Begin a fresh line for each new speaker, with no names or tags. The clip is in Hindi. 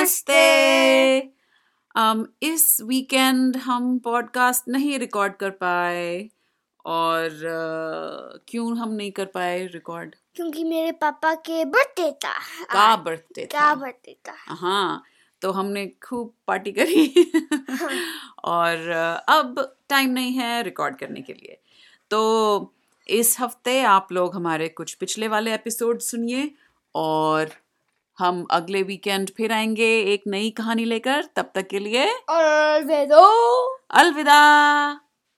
नमस्ते um, इस वीकेंड हम पॉडकास्ट नहीं रिकॉर्ड कर पाए और अ, क्यों हम नहीं कर पाए रिकॉर्ड
क्योंकि मेरे पापा के बर्थडे था
का
आज
बर्थडे
का
था
बर्थडे था
हाँ तो हमने खूब पार्टी करी और अ, अब टाइम नहीं है रिकॉर्ड करने के लिए तो इस हफ्ते आप लोग हमारे कुछ पिछले वाले एपिसोड सुनिए और हम अगले वीकेंड फिर आएंगे एक नई कहानी लेकर तब तक के लिए
और वेदो
अलविदा